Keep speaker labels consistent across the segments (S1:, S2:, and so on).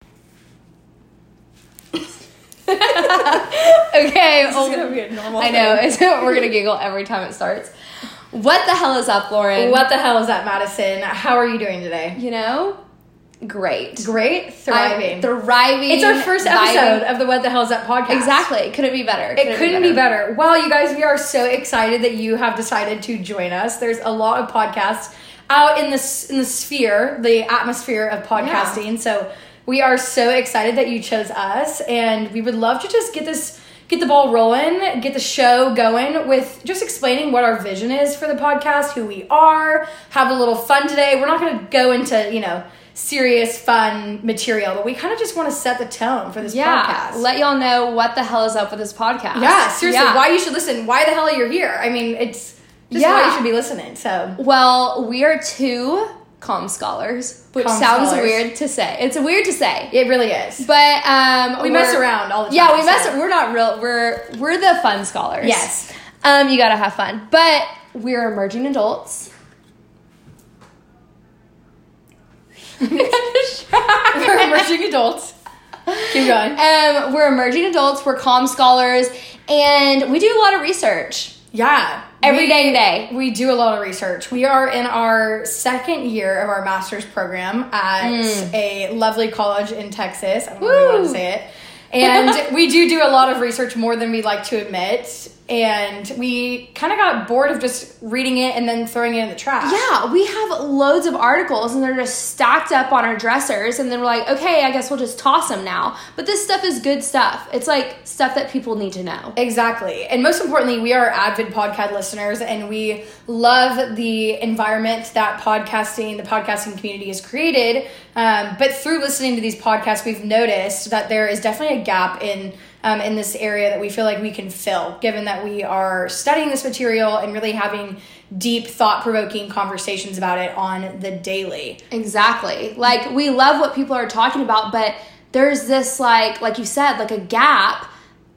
S1: okay. oh,
S2: This is gonna be a normal.
S1: I know.
S2: thing.
S1: it's- We're going to giggle every time it starts. What the hell is up, Lauren?
S2: What the hell is that, Madison? How are you doing today?
S1: You know? Great.
S2: Great,
S1: I'm
S2: thriving.
S1: thriving.
S2: it's our first
S1: vibing.
S2: episode of the What the Hell Is That podcast.
S1: Exactly. Couldn't be better.
S2: It couldn't be better. Well, you guys, we are so excited that you have decided to join us. There's a lot of podcasts out in this in the sphere, the atmosphere of podcasting. So we are so excited that you chose us, and we would love to just get this get the ball rolling, get the show going with just explaining what our vision is for the podcast, who we are, have a little fun today. We're not going to go into you know serious fun material, but we kind of just want to set the tone for this
S1: Yeah.
S2: podcast.
S1: Let y'all know what the hell is up with this podcast.
S2: Yeah, seriously,
S1: Yeah.
S2: why you should listen. Why the hell you're here? I mean, it's just why
S1: Yeah.
S2: you should be listening. So
S1: Well, we are two calm scholars, which
S2: Calm
S1: sounds
S2: scholars.
S1: weird to say. It's weird to say.
S2: it really is.
S1: But um
S2: we
S1: we're-
S2: mess around all the time.
S1: Yeah, we mess
S2: so-
S1: we're not real we're we're the fun scholars.
S2: Yes.
S1: Um you got to have fun. But we're emerging adults.
S2: We're emerging adults. Keep going.
S1: Um, we're emerging adults, we're calm scholars, and we do a lot of research
S2: Yeah,
S1: every
S2: we,
S1: day today.
S2: we do a lot of research. We are in our second year of our master's program at a lovely college in Texas. I don't really want
S1: Mm. Woo.
S2: to say it. And we do do a lot of research more than we like to admit. And we kind of got bored of just reading it and then throwing it in the trash.
S1: Yeah, we have loads of articles and they're just stacked up on our dressers, and then we're like, okay, I guess we'll just toss them now. But this stuff is good stuff. It's like stuff that people need to know.
S2: Exactly. And most importantly, we are avid podcast listeners and we love the environment that podcasting, the podcasting community has created. Um, but through listening to these podcasts, we've noticed that there is definitely a gap in. Um, in this area that we feel like we can fill, given that we are studying this material and really having deep, thought provoking conversations about it on the daily.
S1: Exactly. Like we love what people are talking about, but there's this like like you said, like a gap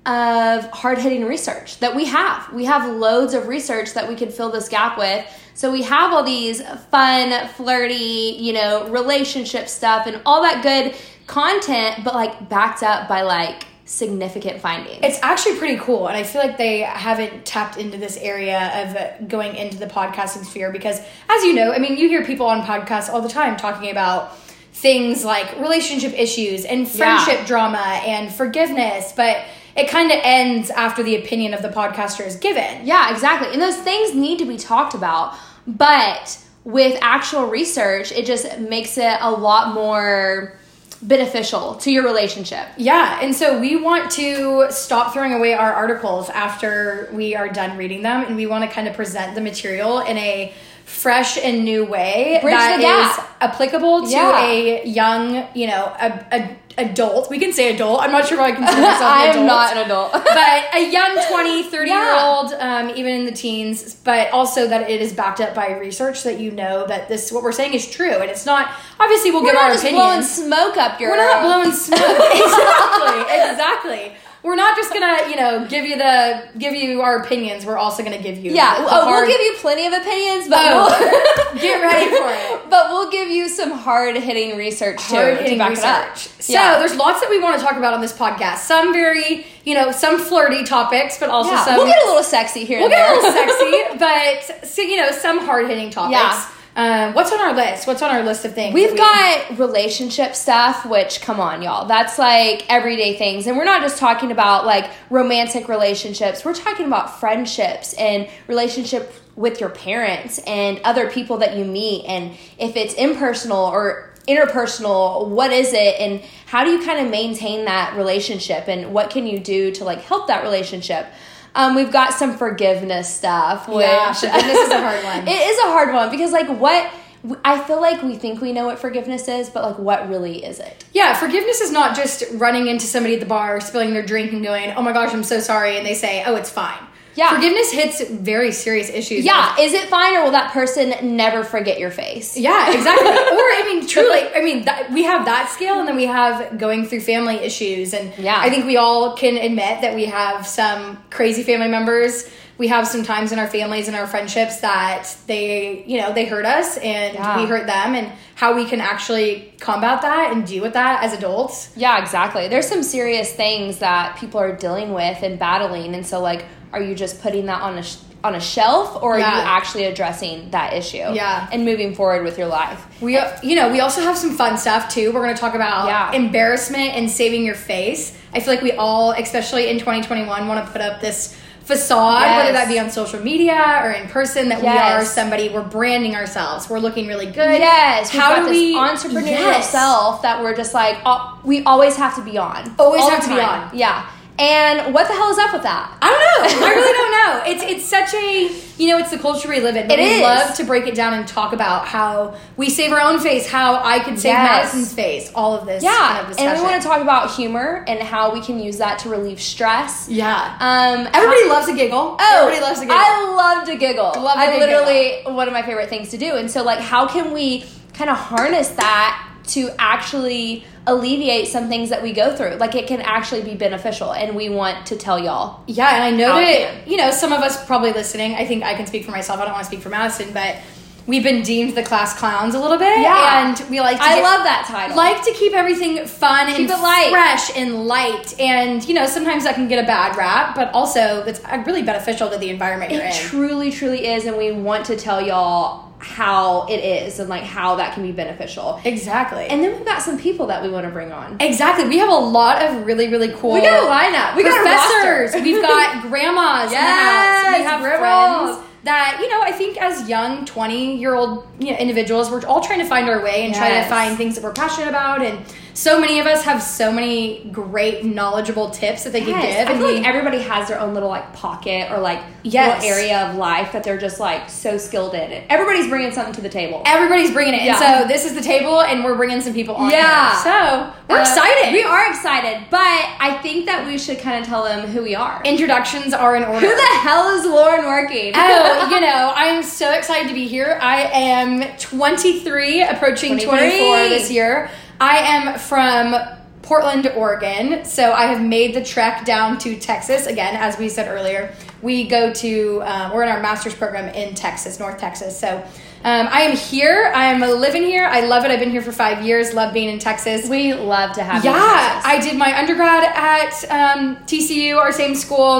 S1: of hard-hitting research that we have. We have loads of research that we could fill this gap with. So we have all these fun, flirty, you know, relationship stuff and all that good content, but like backed up by like significant findings.
S2: It's actually pretty cool, and I feel like they haven't tapped into this area of going into the podcasting sphere because, as you know, I mean, you hear people on podcasts all the time talking about things like relationship issues and friendship drama and forgiveness, but it kind of ends after the opinion of the podcaster is given.
S1: Yeah, exactly. And those things need to be talked about, but with actual research, it just makes it a lot more beneficial to your relationship.
S2: Yeah, and so we want to stop throwing away our articles after we are done reading them, and we want to kind of present the material in a fresh and new way
S1: Bridge
S2: that
S1: the
S2: is
S1: gap.
S2: applicable to
S1: Yeah.
S2: a young, you know, a, a adult. We can say adult. I'm not sure if I consider myself an
S1: I
S2: adult.
S1: am not an adult.
S2: but a young 20, 30 year
S1: Yeah.
S2: old, um, even in the teens, but also that it is backed up by research that you know that this, what we're saying is true. And it's not, obviously, we'll
S1: We're
S2: give
S1: not
S2: our
S1: just
S2: opinions.
S1: blowing smoke up your.
S2: We're not blowing smoke. exactly. Exactly. We're not just gonna, you know, give you the give you our opinions. We're also gonna give you
S1: Yeah,
S2: the
S1: oh,
S2: hard-
S1: we'll give you plenty of opinions, but
S2: Oh.
S1: we'll,
S2: Get ready for it.
S1: But we'll give you some hard hitting research too to
S2: Hard-hitting
S1: back it up.
S2: research. So
S1: Yeah.
S2: there's lots that we want to talk about on this podcast. Some very, you know, some flirty topics, but also
S1: Yeah.
S2: some
S1: we'll get a little sexy here.
S2: we'll
S1: and
S2: get a
S1: there.
S2: little sexy, but so, you know, some hard hitting topics.
S1: Yeah.
S2: Um, what's on our list? What's on our list of things? that
S1: We've
S2: we-
S1: got relationship stuff, which come on, y'all. That's like everyday things. And we're not just talking about like romantic relationships, we're talking about friendships and relationship with your parents and other people that you meet. And if it's impersonal or interpersonal, what is it? And how do you kind of maintain that relationship? And what can you do to like help that relationship? Um, we've got some forgiveness stuff, which
S2: yeah, forgiveness is a hard one.
S1: it is a hard one because like what I feel like we think we know what forgiveness is, but like what really is it?
S2: Yeah, forgiveness is not just running into somebody at the bar, spilling their drink, and going, "Oh my gosh, I'm so sorry," and they say, "Oh, it's fine."
S1: Yeah.
S2: forgiveness hits very serious issues.
S1: Yeah, is it fine or will that person never forget your face?
S2: yeah, exactly. or I mean, truly, I mean, that, we have that scale, and then we have going through family issues, and
S1: Yeah.
S2: I think we all can admit that we have some crazy family members we have sometimes in our families and our friendships that they, you know, they hurt us and
S1: Yeah.
S2: we hurt them and how we can actually combat that and deal with that as adults.
S1: Yeah, exactly. There's some serious things that people are dealing with and battling, and so like, are you just putting that on a sh- on a shelf, or are
S2: Yeah.
S1: you actually addressing that issue?
S2: Yeah.
S1: and moving forward with your life.
S2: We, you know, we also have some fun stuff too. We're going to talk about
S1: Yeah.
S2: embarrassment and saving your face. I feel like we all, especially in 2021, want to put up this facade, whether
S1: Yes.
S2: that be on social media or in person, that we are
S1: Yes.
S2: somebody. We're branding ourselves. We're looking really good.
S1: Yes, we've
S2: How
S1: got
S2: do
S1: this
S2: we
S1: entrepreneurial
S2: Yes.
S1: self that we're just like al- we always have to be on,
S2: Always
S1: All
S2: have
S1: the
S2: to be
S1: time.
S2: on.
S1: Yeah, and what the hell is up with that?
S2: I don't know. I really don't know. It's it's such a you know it's the culture we live in. But
S1: It
S2: we
S1: is.
S2: love to break it down and talk about how we save our own face, how I could save
S1: Yes.
S2: Madison's face, all of this.
S1: Yeah,
S2: kind of
S1: and we
S2: discussion.
S1: want to talk about humor and how we can use that to relieve stress.
S2: Yeah.
S1: Um,
S2: Everybody loves a giggle.
S1: Oh,
S2: Everybody loves a giggle.
S1: I love to giggle.
S2: Love a
S1: I
S2: good
S1: literally one of my favorite things to do. And so, like, how can we kind of harness that to actually alleviate some things that we go through? Like, it can actually be beneficial, and we want to tell y'all.
S2: Yeah, and I know
S1: Out
S2: that
S1: there.
S2: you know some of us probably listening. I think I can speak for myself. I don't want to speak for Madison, but we've been deemed the class clowns a little bit.
S1: Yeah.
S2: and we like. To
S1: I
S2: get-
S1: love that title.
S2: Like to keep everything fun and
S1: Keep it light.
S2: fresh and light, and you know sometimes that can get a bad rap, but also it's uh, really beneficial to the environment you're in.
S1: it truly, truly is, and we want to tell y'all how it is and like how that can be beneficial.
S2: exactly, and
S1: And then we've got some people that we want to bring on.
S2: exactly, we have a lot of really really cool.
S1: We got a lineup. We got a
S2: professors.
S1: roster.
S2: We've got grandmas in the house. We
S1: Yes,
S2: have
S1: grandmas.
S2: friends that you know. I think as young twenty year old you know, individuals, we're all trying to find our way and try to
S1: Yes.
S2: find things that we're passionate about. And so many of us have so many great, knowledgeable tips that they can
S1: Yes,
S2: give.
S1: I
S2: and
S1: feel
S2: we-
S1: like everybody has their own little like pocket or like
S2: Yes.
S1: little area of life that they're just like so skilled in. And Everybody's bringing something to the table.
S2: Everybody's bringing it,
S1: Yeah.
S2: and so this is the table, and we're bringing some people on.
S1: Yeah.
S2: here. so we're
S1: Uh,
S2: excited.
S1: We are excited, but I think that we should kind of tell them who we are.
S2: Introductions are in order.
S1: who the hell is Lauren working?
S2: oh, you know, I'm so excited to be here. I am 23, approaching
S1: 23.
S2: 24 this year. I am from Portland, Oregon, so I have made the trek down to Texas again. As we said earlier, we go to uh, we're in our master's program in Texas, North Texas. So um, I am here. I am living here. I love it. I've been here for five years. Love being in Texas.
S1: we love to have you.
S2: Yeah,
S1: with us.
S2: I did my undergrad at um, TCU, our same school,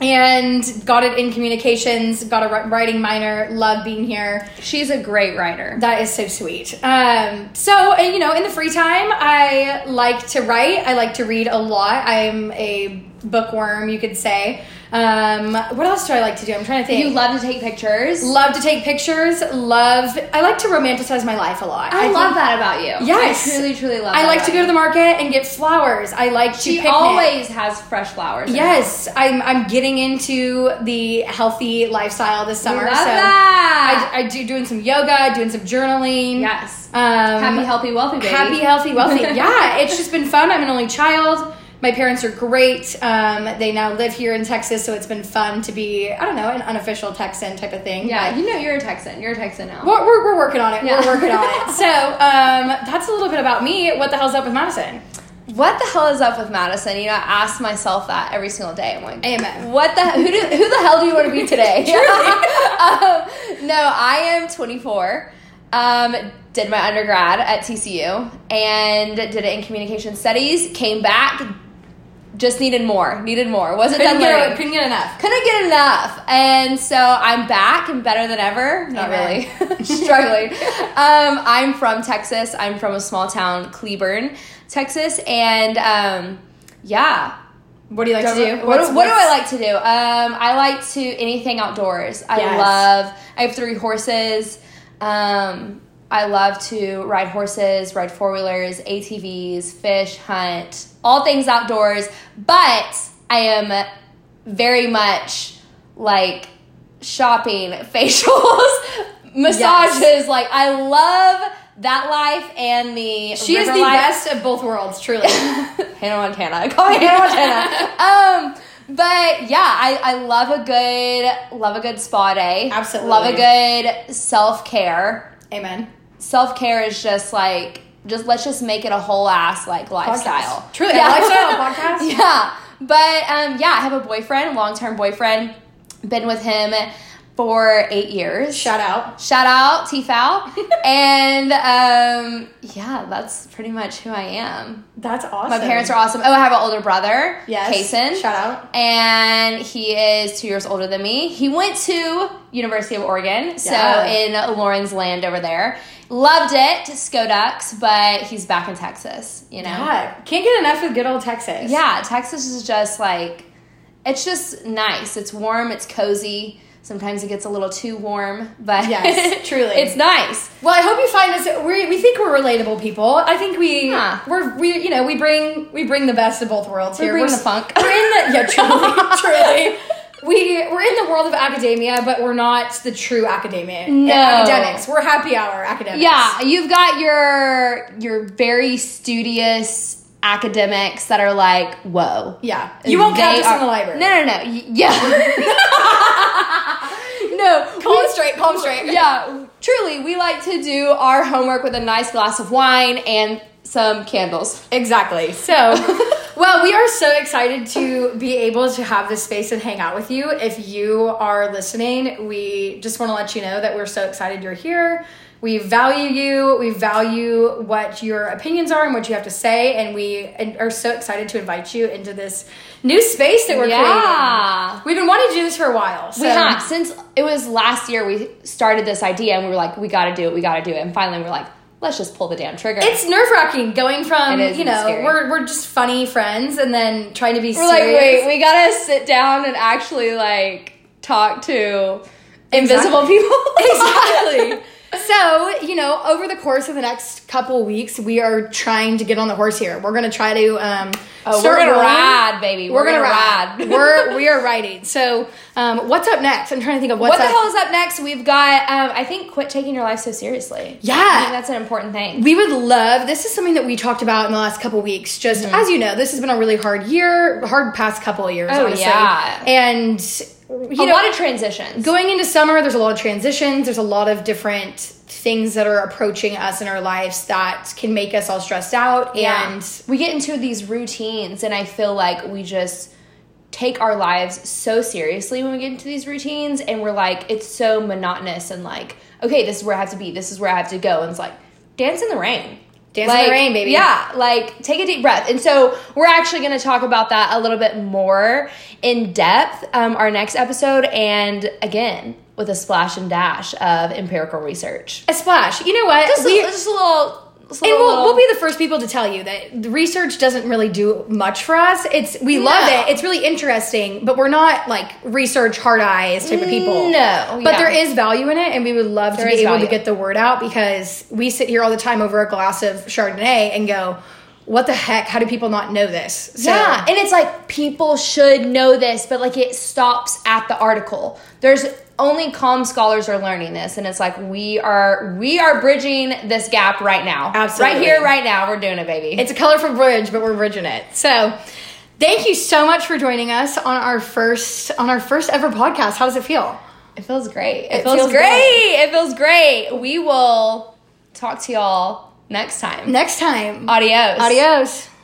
S2: and got it in communications, got a wri- writing minor, love being here.
S1: she's a great writer.
S2: That is so sweet. Um, so, uh, you know, in the free time, I like to write. I like to read a lot. I'm a bookworm, you could say. Um, what else do I like to do? I'm trying to think.
S1: You love to take pictures.
S2: love to take pictures. Love. I like to romanticize my life a lot.
S1: I, love
S2: think-
S1: that about you.
S2: Yes.
S1: I truly, truly love.
S2: I
S1: that
S2: like
S1: about
S2: to go to the market and get flowers. I like to
S1: you. She
S2: picnic.
S1: always has fresh flowers. in her
S2: Yes, I'm I'm getting into the healthy lifestyle this summer.
S1: Love
S2: so
S1: that.
S2: I, I do doing some yoga, doing some journaling.
S1: Yes.
S2: Um,
S1: happy, healthy, wealthy baby.
S2: happy, healthy, wealthy. yeah, it's just been fun. I'm an only child. My parents are great. Um, they now live here in Texas, so it's been fun to be I don't know an unofficial Texan type of thing.
S1: Yeah, you know you're a Texan. You're a Texan now.
S2: We're, we're, we're working on it.
S1: Yeah.
S2: We're working on it. So um, that's a little bit about me. What the hell's up with Madison?
S1: What the hell is up with Madison? You know, I ask myself that every single day. I'm like,
S2: Amen.
S1: What the who do who the hell do you want to be today? um, no, I am 24. Um, did my undergrad at TCU and did it in communication studies. Came back, just needed more. Needed more. Wasn't done
S2: Couldn't get-
S1: learning.
S2: couldn't get enough.
S1: Couldn't get enough, and so I'm back and better than ever. Not
S2: Amen.
S1: really struggling. Um, I'm from Texas. I'm from a small town, Cleburne, Texas, and um, yeah.
S2: What do you like to do?
S1: What, what do I like to do? Um, I like to anything outdoors. I
S2: Yes.
S1: love. I have three horses. Um, I love to ride horses, ride four wheelers, ATVs, fish, hunt, all things outdoors. But I am very much like shopping, facials, massages. Like I love that life and the
S2: She is
S1: river
S2: the
S1: life.
S2: best of both worlds, truly.
S1: Hannah Montana. Call me Hannah Montana. um, but yeah, I, I love a good love a good spa day.
S2: Absolutely.
S1: Love a good self care.
S2: Amen.
S1: Self care is just like just let's just make it a whole ass like lifestyle.
S2: Podcast. Truly, a
S1: yeah.
S2: lifestyle podcast?
S1: yeah. But um, yeah, I have a boyfriend, long term boyfriend. Been with him for eight years.
S2: Shout out.
S1: Shout out T Fowl. and um, yeah, that's pretty much who I am.
S2: That's awesome.
S1: My parents are awesome. Oh, I have an older brother,
S2: Yes.
S1: Kason.
S2: Shout out.
S1: And he is two years older than me. He went to University of Oregon, so
S2: Yeah.
S1: in Lawrence Land over there. Loved it, Skodux, but he's back in Texas, you know?
S2: Yeah. Can't get enough of good old Texas.
S1: Yeah, Texas is just like it's just nice. It's warm, it's cozy. Sometimes it gets a little too warm, but
S2: Yes, truly.
S1: it's nice.
S2: Well, I hope you find us. We, we think we're relatable people. I think we
S1: Yeah.
S2: we're we you know we bring we bring the best of both worlds
S1: We
S2: here.
S1: bring
S2: We're
S1: the
S2: s-
S1: funk.
S2: We're in the yeah truly truly. We we're in the world of academia, but we're not the true academia
S1: No.
S2: academics. We're happy hour academics.
S1: Yeah, you've got your your very studious academics that are like, whoa.
S2: yeah. You won't catch
S1: They
S2: us
S1: are-
S2: in the library.
S1: No, no, no. Y- Yeah. no.
S2: Calm straight. Calm straight.
S1: Yeah, truly, we like to do our homework with a nice glass of wine and some candles.
S2: Exactly. So, well, we are so excited to be able to have this space and hang out with you. If you are listening, we just want to let you know that we're so excited you're here. We value you. We value what your opinions are and what you have to say, and we and are so excited to invite you into this new space that we're
S1: Yeah.
S2: creating. We've been wanting to do this for a while. So.
S1: We have since it was last year we started this idea and we were like, we got to do it, we got to do it, and finally we're like, let's just pull the damn trigger.
S2: It's nerve wracking going from
S1: It is,
S2: you
S1: it's
S2: know
S1: scary.
S2: we're we're just funny friends and then trying to be
S1: we're like,
S2: serious.
S1: wait, we gotta sit down and actually like talk to invisible people.
S2: exactly. So, you know, over the course of the next couple weeks, we are trying to get on the horse here. We're going to try to um,
S1: Oh, we're
S2: start
S1: gonna
S2: rolling.
S1: ride, baby.
S2: We're,
S1: We're,
S2: going to
S1: gonna,
S2: ride.
S1: ride.
S2: we're we are riding. So, um, what's up next? I'm trying to think of what's
S1: what the
S2: up.
S1: hell is up next? We've got, um, I think, quit taking your life so seriously.
S2: Yeah.
S1: I think that's an important thing.
S2: we would love this is something that we talked about in the last couple weeks just
S1: Mm-hmm.
S2: as you know this has been a really hard year hard past couple of years
S1: Oh,
S2: honestly
S1: yeah.
S2: and you
S1: a
S2: know
S1: lot of transitions.
S2: going into summer there's a lot of transitions there's a lot of different things that are approaching us in our lives that can make us all stressed out and
S1: and we get into these routines and i feel like we just take our lives so seriously when we get into these routines and we're like it's so monotonous and like okay this is where i have to be this is where i have to go and it's like dance in the rain
S2: Dance in the
S1: Like,
S2: rain, baby.
S1: yeah like take a deep breath and so we're actually going to talk about that a little bit more in depth um, our next episode and again with a splash and dash of empirical research
S2: a splash you know what
S1: just,
S2: We-
S1: a, just a little just a
S2: and we'll,
S1: little-
S2: we'll be the first people to tell you that the research doesn't really do much for us. It's we love
S1: No.
S2: it. It's really interesting, but we're not like research hard eyes type of people.
S1: No,
S2: but
S1: yeah.
S2: there is value in it, and we would love
S1: There
S2: to
S1: is
S2: be able
S1: value.
S2: to get the word out because we sit here all the time over a glass of Chardonnay and go, "What the heck? How do people not know this?" So,
S1: Yeah, and it's like people should know this, but like it stops at the article. There's only calm scholars are learning this, and it's like we are we are bridging this gap right now,
S2: Absolutely.
S1: right here, right now. We're doing it, baby.
S2: It's a colorful bridge, but we're bridging it. So, thank you so much for joining us on our first on our first ever podcast. How does it feel?
S1: it feels great. It,
S2: It
S1: feels,
S2: feels
S1: great. It feels great. We will talk to y'all next time.
S2: Next time,
S1: Adios.
S2: adios.